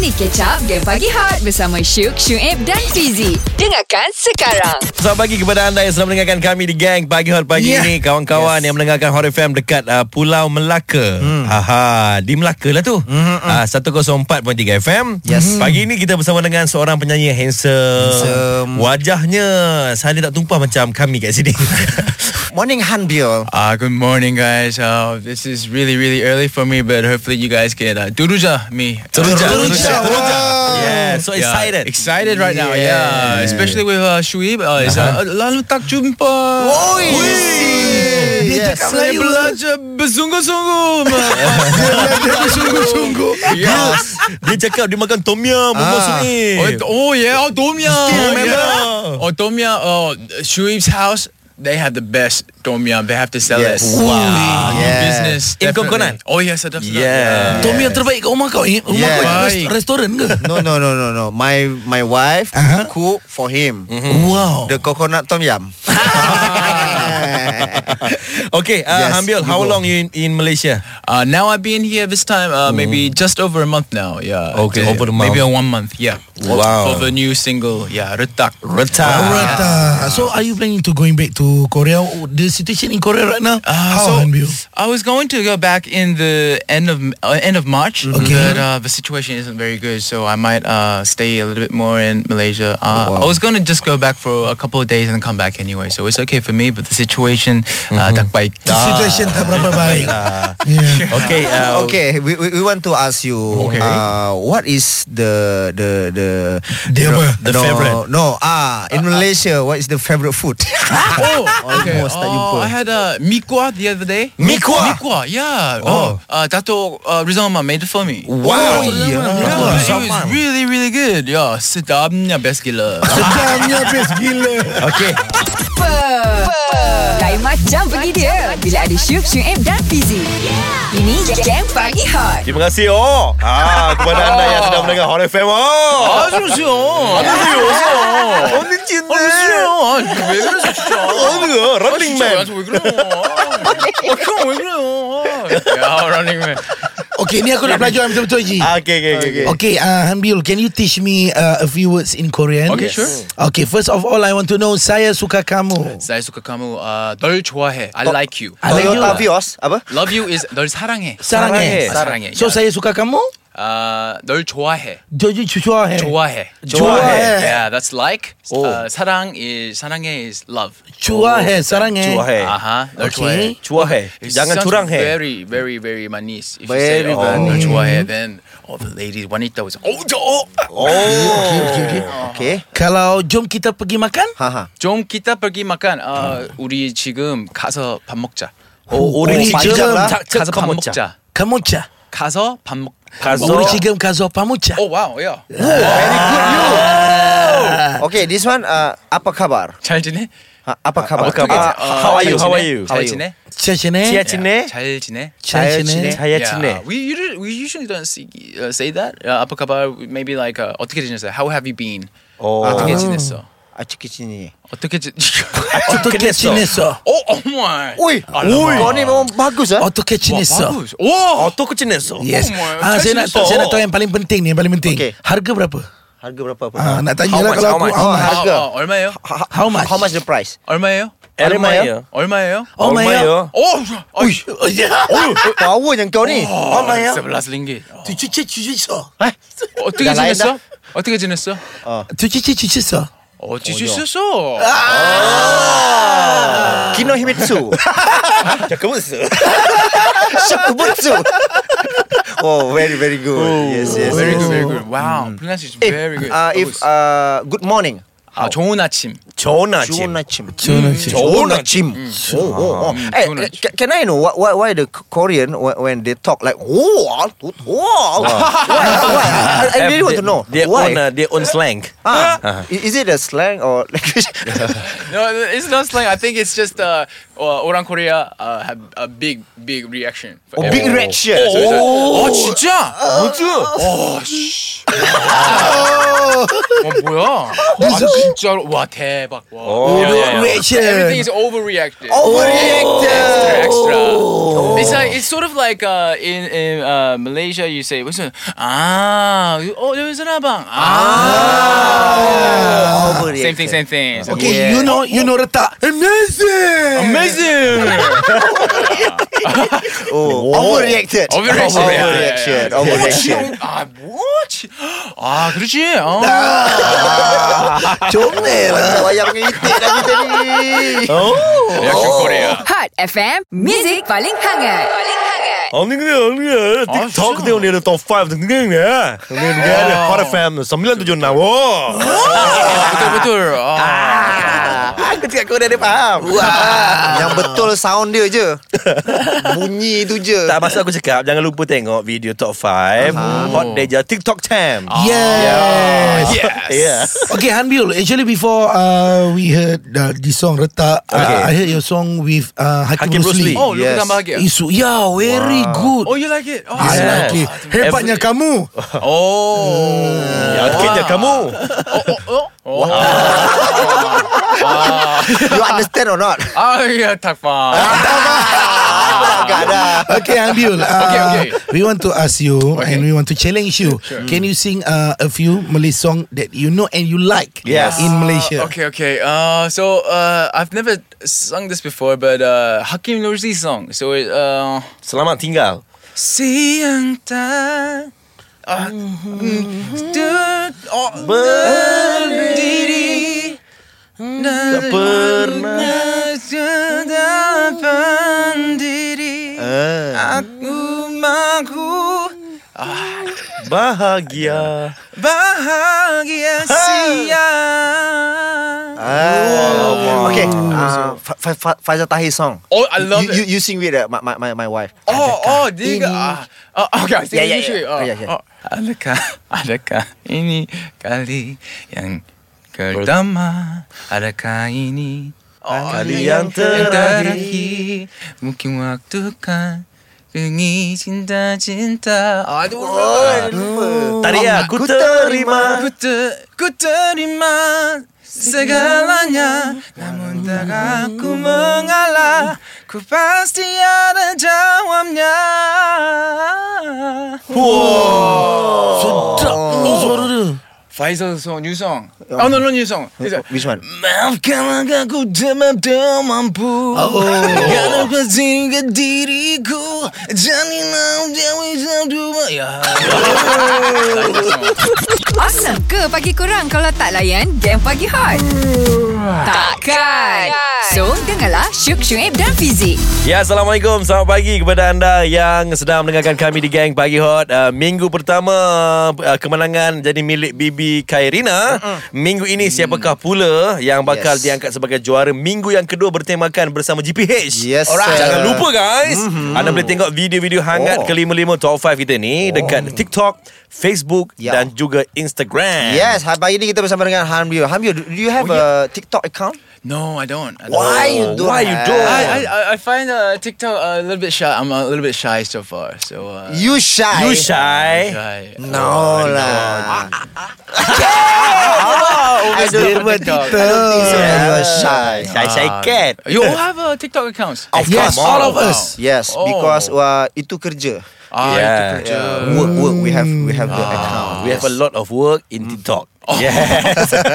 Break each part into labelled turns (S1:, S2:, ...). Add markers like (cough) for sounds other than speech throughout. S1: Mari catch up Game Pagi Hot Bersama Syuk, Syuib dan Fizi Dengarkan sekarang
S2: Selamat pagi kepada anda yang sedang mendengarkan kami di Gang Pagi Hot Pagi
S3: Yeah.
S2: ini Kawan-kawan
S3: Ya. Yes. Hmm.
S2: yang mendengarkan Hot FM dekat uh, Pulau Melaka Aha, Di Melaka lah tu uh, 104.3 FM
S3: Yes.
S2: Hmm. Pagi ini kita bersama dengan seorang penyanyi yang handsome,
S3: Handsome.
S2: Wajahnya saya tak tumpah macam kami kat
S3: (laughs)
S2: sini
S3: Morning Hanbio.
S4: Uh, good morning, guys. Uh, this is really, really early for me, but hopefully you guys can uh, duruja me. Uh,
S2: Teruja
S3: Teruja.
S2: Teruja Yeah,
S3: Ya,
S2: so
S4: Yeah,
S2: excited
S4: Excited right now, yeah.
S3: Yeah.
S4: Especially with uh, Shuib. Uh, is, uh, lalu tak jumpa.
S3: Oi. Dia
S4: Yes.
S3: cakap
S4: Saya
S3: Melayu.
S4: belajar bersungguh-sungguh. Dia belajar bersungguh-sungguh. Yes.
S2: Dia cakap dia makan tom yum
S3: Ah.
S2: Bumbung sunyi
S4: Oh, it- oh yeah, oh Tom Yum.
S2: Tom Yum.
S4: Yeah. Oh Tom Yum. Oh Shuib's house. They have the best Tom Yum. They have to sell
S3: Yes.
S4: it.
S3: Wow.
S4: New
S3: Yeah.
S4: Business.
S2: In
S4: definitely.
S2: coconut?
S4: Oh yes, sedap sedap.
S2: Yeah.
S5: Tom yang terbaik kat rumah kau eh? Rumah
S3: Yeah.
S5: kau ni
S4: Baik.
S5: rest- restoran ke?
S3: No, no, no, no, no. My my wife cook for him
S5: Wow
S3: the coconut tom yum.
S2: Okay, uh,
S3: Yes,
S2: Hambil,
S3: you
S2: how
S3: go.
S2: long you in, in Malaysia?
S4: Uh, now I've been here this time, uh, maybe just over a month now. Yeah.
S2: Mm-hmm. Okay,
S4: Uh,
S2: over the
S4: Maybe a one month. Yeah.
S2: Wow.
S4: For the new single, yeah, Retak. Uh,
S2: Retak
S5: Alright ah. So are you planning to going back to Korea? Oh, The situation in Korea right now?
S4: Uh,
S6: Ah,
S5: How
S4: so
S5: Hanbio?
S4: I was going to go back in the end of uh, end of March,
S2: Mm-hmm.
S5: Okay.
S4: but uh, the situation isn't very good, so I might uh, stay a little bit more in Malaysia.
S2: Oh,
S4: Uh, I was going to just go back for a couple of days and come back anyway, so it's okay for me. But the situation,
S2: Mm-hmm.
S4: uh, tak baik.
S5: The situation tak berapa (laughs) baik Ah.
S2: (laughs)
S5: yeah.
S4: (laughs)
S2: Okay, uh,
S3: (laughs) okay, we, we we want to ask you
S2: Okay.
S3: uh, what is the the the
S5: Dia apa?
S2: The
S3: no,
S2: favourite.
S3: No, ah, in Malaysia, what is the favorite food? (laughs)
S4: Oh, okay.
S3: Almost tak jumpa.
S4: Oh, I had a uh, mikwa the other day.
S2: Mikwa?
S4: Mikwa, yeah. Oh, uh, Dato uh, Rizalma made it for me.
S3: Oh,
S2: Wow
S4: Yeah,
S2: Dato'
S4: it
S2: Rizalman.
S4: was really, really good. Yeah, sedapnya best (laughs) gila.
S5: Sedamnya best gila
S2: Okay
S1: Apa? Lain macam pergi dia Bila ada Syuk, Syuib dan Fizi Ini Game Pagi Hot
S2: Terima kasih oh. Ah kepada anda yang sedang mendengar Hot FM oh.
S4: 아저씨요. 아저씨요.
S3: Oh,
S2: 언니 Oh, cinta.
S4: 아저씨요. 왜 그러세요, 진짜.
S2: Oh, Running Man.
S4: 아, 진짜 왜 그래요? 아, 형, 왜 그래요? 야, 런닝맨.
S5: Okay ni aku nak belajar betul-betul Ji
S2: Ah, okay, okay, okay. okay.
S5: Okay uh, Hanbiul Can you teach me uh, A few words in Korean
S4: Okay, sure.
S5: Okay first of all I want to know Saya suka kamu
S4: 사이소카 카무, 아, 널 좋아해. I like you.
S5: I like you.
S3: Toyota Vios, apa?
S4: Love you is 널 사랑해.
S5: 사랑해.
S4: 아, 사랑해.
S5: So saya suka kamu
S4: 아, 널 좋아해.
S5: Jojo 예. 좋아해
S4: 좋아해.
S5: 좋아해.
S4: Yeah, that's like. 아, 사랑 is 사랑해 is love.
S5: 좋아해 사랑해
S2: Cuahe.
S4: 아하, 널 좋아해.
S5: Okay
S2: Cuahe.
S4: It
S2: Jangan
S4: sounds
S2: curang hair.
S4: Very, very, very my niece. If
S3: Very
S4: you say, oh, 널 좋아해, then all the ladies, Juanita was, oh, 저, oh.
S3: Okay.
S5: Kalau jom kita pergi makan
S3: Haha.
S4: 좀 기타 벌기 마깐, 어, 우리 지금 가서 밥 먹자. 어,
S2: Oh,
S5: Uri
S2: orange
S5: Jam.
S2: jam.
S3: lah.
S5: Tak,
S4: 가서 밥 먹자.
S5: Kamucha
S4: 가서 밥 먹.
S2: Kazo.
S5: 우리 지금 가서 밥 먹자
S4: 오 와우, 야.
S3: Okay, this one uh, apa khabar?
S4: 잘 지내?
S3: Ha, apa khabar?
S2: Apa khabar?
S3: Ah,
S4: 어,
S2: How are you?
S4: 잘
S2: How are
S4: 지내?
S2: you?
S4: 잘
S3: How are you?
S4: 지내?
S5: 잘 지내
S2: 잘 지내?
S4: 야, 잘 지내?
S5: 잘 지내
S2: Saya cine.
S4: Yeah, we usually we usually don't see, uh, say that. Uh, apa kabar? Maybe like uh, 어떻게 지냈어? How have you been? 아,
S2: Oh.
S3: Ah,
S4: 어떻게 지냈어?
S3: Acik sini.
S4: 어떻게 지? (laughs)
S5: 어떻게 지냈어
S4: 오, 어머.
S3: Oi, oi. Kau ni memang bagus ah.
S5: 어떻게 지냈어
S4: 와.
S2: Auto ke cineso.
S5: Yes
S4: Oh my,
S5: ah,
S4: 잘
S5: saya, nak,
S4: 지냈어.
S5: saya nak tahu yang paling penting ni yang Paling penting
S3: Okay.
S5: Harga berapa
S3: Harga berapa pun.
S5: ah, Nak
S2: How
S5: tanya lah
S2: much,
S5: kalau
S2: how
S5: aku
S2: much?
S5: how
S3: Oh,
S5: much?
S4: 아,
S3: harga.
S4: 어, 얼마예요?
S5: How much?
S3: How much the price?
S4: 얼마예요?
S2: Elmayo.
S4: 얼마예요?
S5: Oh my god
S2: Elmayo.
S4: 오, 어, 어이.
S3: Oh, power yang kau ni. Oh,
S4: 얼마예요? 링기.
S5: 주치치 주치서
S4: 어떻게
S3: 나 라인
S4: 지냈어? 어떻게 지냈어?
S5: 주치치 주치서
S4: 어찌 지냈어?
S3: Kino Himitsu. (laughs)
S2: Cakap
S3: Shokubutsu. Oh, very very good. yes, yes.
S4: Very
S3: yes.
S4: good, very good. Wow, pronunciation is very good.
S3: Uh, if uh, good morning.
S4: 아, 좋은 아침.
S6: Ah,
S2: Chona cim.
S3: Chunachim.
S5: 주치치
S3: Chunachim. Oh, oh, oh. Hey,
S4: Chunachim.
S3: ca- can I know why, why, why the K- Korean wh- when they talk like oh, ah, tut- oh, why, why? I, I really want to know
S2: Dia
S3: why.
S2: own uh, dia
S6: Eh?
S2: own slang.
S3: Ah, i- Is it a slang or (laughs) language?
S4: No, it's not slang. I think it's just uh, uh Orang Korea uh, have a big, big reaction. For
S3: Oh, Big
S4: everything.
S3: reaction.
S4: "Oh, 어, 진짜? 뭐지? 어, 씨. 와 뭐야? 아 진짜로 와 대박 와.
S2: 오,
S4: 야, 야, 야.
S5: reaction.
S4: Everything is overreacted.
S3: Overreacted.
S4: Extra, extra. It's like it's sort of like uh, in in uh, Malaysia you say what's it? Ah, oh there is a rabang. Ah.
S3: Overreacted.
S4: Same thing, same thing. Same
S5: Okay, you know you know retak. Amazing.
S4: Amazing.
S3: Oh, overreacted.
S4: Overreacted.
S3: Overreacted.
S4: Yeah, yeah, yeah.
S3: Overreacted.
S4: 아, 뭐지? 아, 그렇지. 어.
S3: Comel lah Wayang itik lagi tadi
S4: 리액션 코리아.
S1: Hot FM, music paling hangat. Paling hangat.
S6: Om ni kena, om ni kena. TikTok
S4: Ah,
S6: dia ni ada top 5 Tengah ni Tengah ni ada Hot FM 976 Oh
S4: 아, 부들부들. 아.
S3: Aku cakap kau dah ada faham Wah. Yang betul sound dia je Bunyi tu je (laughs)
S6: Tak masa aku cakap Jangan lupa tengok Video top 5 Hot Deja TikTok Champ
S5: Yes.
S6: Ah, Yeah
S5: Okay, Hanbiul. Actually, before uh, we heard uh, the song Retak,
S6: Okay.
S5: uh, I heard your song with uh, Hakim,
S6: Hakim Rosli.
S5: Rosli.
S4: 어, 루크
S3: Yes.
S4: 담박이야.
S5: Isu, yeah, very good.
S4: Oh, you like it? Oh,
S5: I
S6: yeah.
S5: like it. Hebatnya kamu.
S4: Oh.
S6: Yakinnya Ya, kamu
S3: You understand or not
S4: 아, 야, 닭발.
S3: Agak dah
S5: Okay, Hanbiul. Uh,
S4: Ah. Okay, okay.
S5: We want to ask you
S4: Okay.
S5: and we want to challenge you. Can you sing uh, a few Malay song that you know and you like
S6: Yes.
S5: in Malaysia?
S4: Okay, okay. Uh, so uh, I've never sung this before, but uh, Hakim Nursi song. So it, uh,
S6: Selamat tinggal
S4: siang tak ah,
S3: Mhm.
S4: duduk berdiri tak pernah sedapkan diri
S3: Eh.
S4: aku mahu
S6: Bahagia
S4: bahagia
S3: Ha.
S4: siang.
S3: Okay uh, Fa- Fa- Fa- Faizal Tahir song
S4: Oh, I love
S3: you,
S4: it.
S3: you, you sing with uh, my, my, my, my wife
S4: Oh, oh, 네가 아, 아, 오케이,
S3: 야, 야, 야.
S4: 이슈.
S3: 아, 야, 야.
S4: 어, 알까, 알까, 이니 깔리 양 걸담아, 알까 이니
S6: 알리양
S4: 떠나기 묶인 왁두칸 등이 진다 진다. 아도
S6: Tadi aku terima
S4: 그때 그때리만 세갈라냐 나문 다가 구멍알라 그 파스티 아는 자왕냐
S5: Sedap ni suara dia.
S4: 파이서 송 뉴송 아 노노 뉴송
S3: Which one?
S4: 마음가만 가고 제맘도 만부 가는 파스티가 디리고 잔인한 대위상 두번 야
S1: Awesome ke pagi korang kalau tak layan game pagi hot? Takkan. So, dengarlah Syuk Syuib dan Fizik.
S6: Ya, Assalamualaikum. Selamat pagi kepada anda yang sedang mendengarkan kami di Gang Pagi Hot. Uh, minggu pertama uh, kemenangan jadi milik Bibi Khairina. Minggu ini siapakah pula yang bakal
S3: Hmm. Yes.
S6: diangkat sebagai juara minggu yang kedua bertemakan bersama GPH. Alright.
S3: Yes, sir. Mm-hmm.
S6: Jangan lupa guys. Anda boleh tengok video-video hangat
S3: Oh.
S6: kelima-lima top 5 kita ni dekat TikTok, Facebook
S3: Ya.
S6: dan juga Instagram.
S3: Yes, hari pagi ni kita bersama dengan Hanbiu. Hanbiu, do do you have a TikTok account?
S4: No, I don't. I don't.
S3: Why you don't
S6: why you
S3: have?
S6: don't?
S4: I, I- I, I find uh, TikTok a little bit shy. I'm a little bit shy so far. So uh,
S3: You shy.
S6: You shy.
S4: shy.
S3: No
S6: Ah,
S3: lah. I don't,
S4: Over TikTok.
S3: I don't think so. You are shy. Ah.
S6: Shy-shy cat.
S4: You all have uh, TikTok accounts.
S5: Yes,
S6: course.
S5: all of
S4: (laughs)
S5: us.
S3: Yes,
S4: Oh.
S3: because uh, itu kerja.
S6: Yeah.
S4: Ah, TikTok accounts.
S3: Work, work. We have, we have the account.
S6: We have a lot of work in TikTok. Yes.
S4: It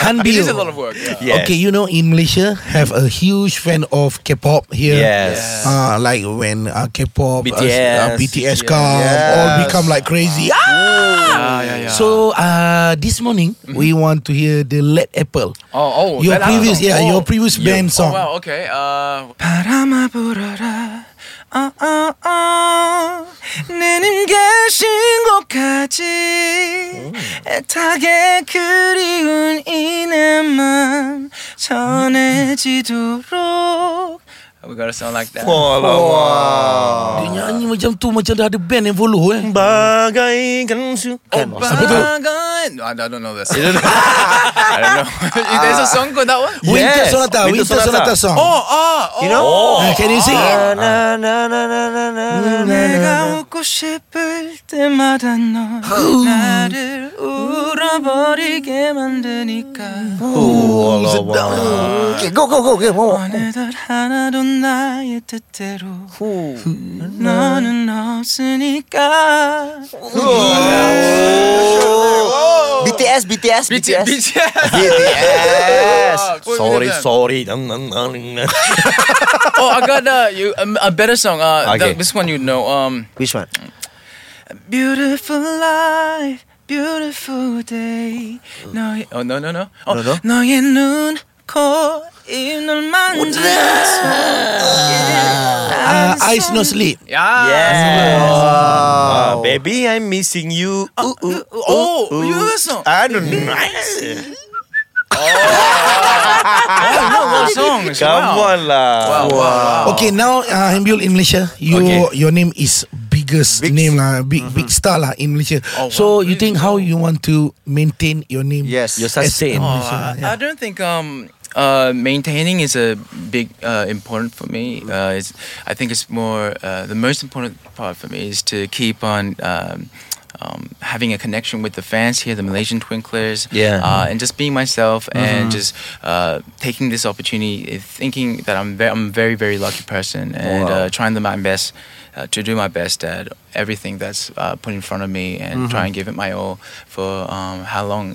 S5: Hanbiul.
S4: is a lot of work. yeah.
S6: Yes.
S5: Okay, you know in Malaysia have a huge fan of K-pop here.
S6: Yes.
S5: Uh, like when uh, K-pop, uh,
S6: BTS.
S5: uh, BTS come,
S3: Yes.
S5: all become like crazy. Ah!
S4: Yeah, yeah, yeah.
S5: So uh, this morning we want to hear the Led Apple.
S4: oh, oh,
S5: your
S4: that
S5: previous,
S4: album.
S5: yeah,
S4: Oh.
S5: your previous band
S4: Oh,
S5: song.
S4: wow, okay. Uh, 바람아 불어라. 어, 어, 어. 내 님계신 곳까지 애타게 그리운 이내만 전해지도록 We gotta sound like that.
S6: Oh.
S5: Dia nyanyi macam tu macam dah ada band yang follow eh.
S6: Bagaikan su
S4: 아, 오빠가 No, I don't know this. I (laughs) don't know. (laughs) There's a song called that one?
S5: Winter
S6: Yes,
S5: Sonata,
S6: Winter
S5: Winter, Sonata.
S6: Sonata. Ah,
S5: song.
S4: Oh, oh, oh.
S3: You know?
S5: Uh, can you sing it?
S3: Na, na, na, na, na, na, na, na, na.
S4: 내가 웃고 싶을 때마다 너 나를 울어 알아버리게 만드니까
S3: sedap. Okay, go go go. Okay, mau.
S4: 어느덧 하나도 나의 뜻대로 너는 없으니까
S3: BTS BTS BTS.
S4: BTS
S3: BTS.
S4: 아,
S2: Sorry, sorry. Nang, nang, nang, nang.
S4: Oh I got uh, you, um, a better song uh,
S2: Okay.
S4: th- This one you know um,
S3: Which one?
S4: Beautiful life, beautiful day. 너의 oh no no no. 어,
S3: No, no?
S4: 너의 눈, 코, 입을 만져.
S5: Uh, eyes no sleep.
S4: Ah. Yeah.
S6: Ah, baby, I'm missing you. Ah, Ooh, ooh.
S4: Oh, you know that song?
S3: I don't know.
S4: I know that song.
S6: Come
S4: Wow.
S6: on lah.
S4: Wow, wow, wow.
S5: Okay, now uh, Hembiul in Malaysia, you
S6: Okay.
S5: your name is biggest name lah, big big star lah in Malaysia.
S4: Oh,
S5: so
S4: wow.
S5: you think how you want to maintain your name?
S3: Yes.
S2: You're
S5: as
S2: sustain.
S5: in
S4: Oh,
S5: Malaysia,
S4: I,
S5: yeah.
S4: I don't think um uh maintaining is a big uh important for me. Uh, it's, I think it's more uh, the most important part for me is to keep on. Um, um, having a connection with the fans here, the Malaysian Twinklers,
S2: Yeah.
S4: uh, and just being myself and just uh, taking this opportunity, eh, thinking that I'm very, I'm a very, very lucky person, and uh, trying to my best uh, to do my best at everything that's uh, put in front of me, and try and give it my all for um, how long.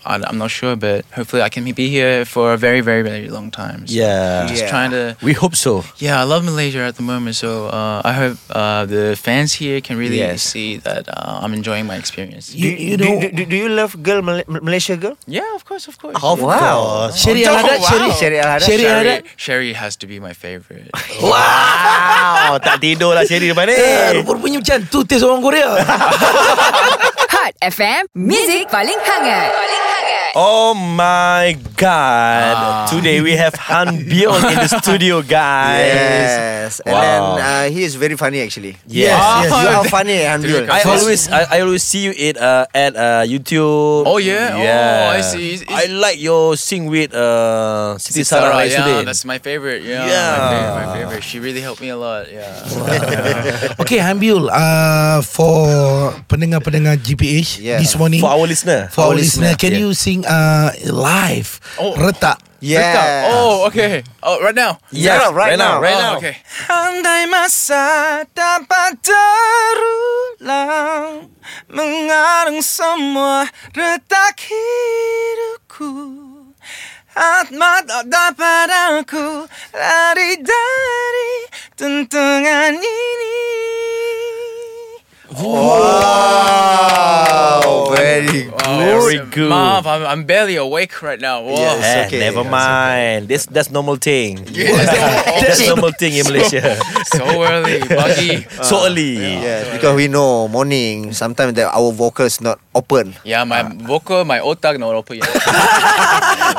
S4: I- I'm not sure, but hopefully I can be here for a very, very, very long time. So
S6: Yeah.
S4: just
S3: Yeah.
S4: trying to
S2: We hope so.
S4: yeah, I love Malaysia at the moment, so uh, I hope uh, the fans here can really
S2: Yes.
S4: see that uh, I'm enjoying my experience.
S5: You, you know,
S3: do, do, do you love girl Mal- Malaysia girl?
S4: Yeah, of course, of course.
S3: Of wow. course.
S5: Sherry Al Haddad,
S4: wow.
S5: Sherry,
S3: Sherry Al Haddad.
S5: Sherry Al Haddad.
S4: Sherry, Sherry has to be my favorite.
S6: Wow, (laughs) tak tidur lah Sherry depan ni.
S5: Eh, Rupanya macam tu taste orang Korea.
S1: Hot FM, music paling hangat. Paling hangat.
S6: Oh my god. Today we have Han Bion in the studio, guys.
S3: Yes. And
S6: Wow.
S3: then uh, he is very funny actually.
S6: Yes.
S3: You
S6: yes.
S3: are funny, Hanbiul.
S6: I always I, I always see you at uh, at uh, YouTube.
S4: Oh, yeah? Oh, I see. Is- is-
S6: I like your sing with uh Siti
S4: Sarah,
S6: Sarah
S4: yeah,
S6: yesterday.
S4: that's my favorite.
S6: Yeah.
S4: Yeah, My, favorite, my favorite. She really helped me a lot. Yeah.
S5: okay, Hambiul, uh, for pendengar-pendengar GPH
S3: Yeah.
S5: this morning,
S6: for our listener.
S5: for our listener, can
S6: yeah.
S5: you sing uh, live?
S4: Oh.
S5: Retak.
S3: Yeah.
S4: Oh, okay. Oh, right now.
S6: Yes,
S3: Right now, right now.
S6: right
S4: oh,
S6: now.
S4: Okay. Andai masa dapat terulang Mengarung semua retak hidupku Atma dapat aku lari dari tuntungan ini
S3: Wow, very good.
S6: Very good.
S4: Mom, I'm, I'm barely awake right now. Whoa.
S3: Yes.
S6: Eh,
S3: okay,
S6: never
S3: it's
S6: mind. This that's normal thing. (laughs)
S4: Yes.
S6: that's normal thing in Malaysia.
S4: so
S6: (laughs)
S4: early, buggy.
S6: so early.
S3: Yes, because we know morning sometimes that our vocals not open.
S4: Yeah, my
S6: Ah.
S4: vocal, my otak not open yet.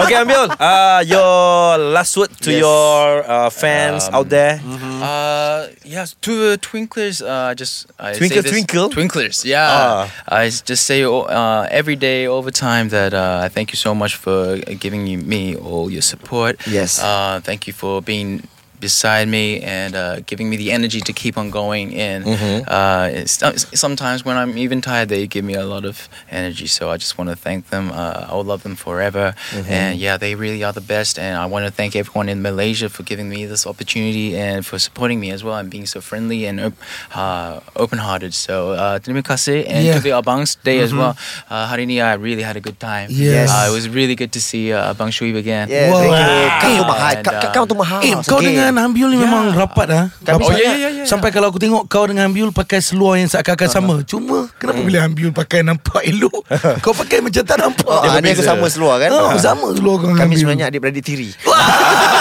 S6: Okay, Ambil. Uh, your last word to your uh, fans out there.
S4: Uh, yes, to uh, Twinklers, uh, I just I
S6: Twinkle,
S4: say this,
S6: twinkle? Ah.
S4: Twinklers, yeah. I s- just say uh, every day, over time, that uh, I thank you so much for giving you- me all your support.
S3: Yes.
S4: Uh, thank you for being beside me and uh, giving me the energy to keep on going. And
S5: Mm-hmm.
S4: uh, it's, uh, sometimes when I'm even tired, they give me a lot of energy. So I just want to thank them. Uh, I'll love them forever.
S5: Mm-hmm.
S4: And yeah, they really are the best. And I want to thank everyone in Malaysia for giving me this opportunity and for supporting me as well and being so friendly and op- uh, open-hearted. So uh, terima kasih and
S5: Yeah. Mm-hmm.
S4: to the Abang's Day as well. Uh, hari ni I really had a good time.
S5: Yes.
S4: Uh, it was really good to see uh, Abang Shuib again.
S3: Yeah,
S5: Wow.
S3: thank you. Kau
S4: Wow. Eh,
S3: mahal.
S4: And,
S3: Kau-
S4: uh,
S3: Kau tu mahal.
S5: Eh, kau
S3: Ah, sikit.
S5: dengan Hambiul ni memang rapat ah.
S3: Kami
S5: Rapat.
S4: sangat. Oh, ya, ya, ya, ya.
S5: Sampai kalau aku tengok kau dengan Hambiul pakai seluar yang seakan-akan sama. Cuma kenapa bila Hambiul pakai nampak elok, kau pakai macam tak nampak.
S3: Ah, ni aku sama seluar kan?
S5: Oh, sama seluar kau dengan
S3: Kami
S5: Hambiul.
S3: sebenarnya adik-beradik tiri. (laughs)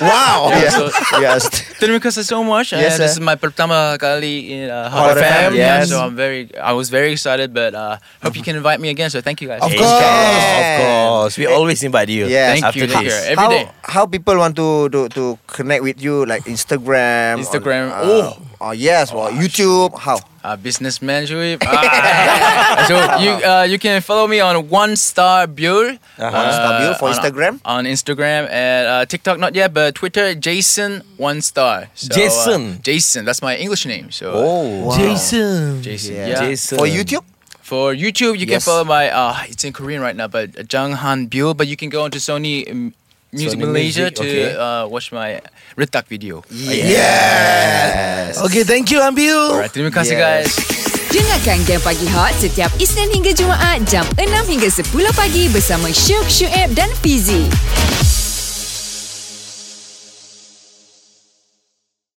S3: wow. Yeah.
S4: so-
S3: yes.
S4: Terima kasih so much.
S3: Yes,
S4: uh, this
S3: sir.
S4: is my pertama kali in uh, Hot,
S3: Hot FM,
S4: FM. Yeah,
S3: yes.
S4: so I'm very, I was very excited, but uh, hope you can invite me again. So thank you guys.
S5: Of
S6: Of
S5: course.
S6: course, of course. We always invite you.
S3: Yes.
S4: Thank
S6: after
S4: you. Thank you.
S6: this.
S4: Every
S3: how,
S4: day.
S3: How people want to to, to connect with you like Instagram?
S4: Instagram.
S3: Or, oh. Oh yes. Or YouTube. How?
S4: Uh, businessman,
S3: (laughs)
S4: Shuib. Ah. so you uh, you can follow me on One Star Buell.
S3: Uh-huh. One Star Buell for Instagram?
S4: On Instagram and uh, TikTok, not yet, but Twitter, Jason One Star. So, uh,
S6: Jason.
S4: Jason. That's my English name. So. uh,
S6: Oh.
S5: Jason.
S4: Jason.
S3: Yeah.
S4: Yeah.
S6: Jason.
S3: For YouTube?
S4: For YouTube, you can
S3: Yes.
S4: follow my. Uh, it's in Korean right now, but Jang Han Bill. But you can go into Sony um, Music
S6: Sony
S4: Malaysia
S6: Music,
S4: to
S6: okay.
S4: uh, watch my Ritak video.
S3: Yes.
S5: Okay, thank you Ambil.
S4: Alright, terima kasih
S3: Yes.
S4: guys.
S1: Dengarkan Game Pagi Hot setiap Isnin hingga Jumaat jam 6 hingga 10 pagi bersama Syuk, Syuib dan Fizi.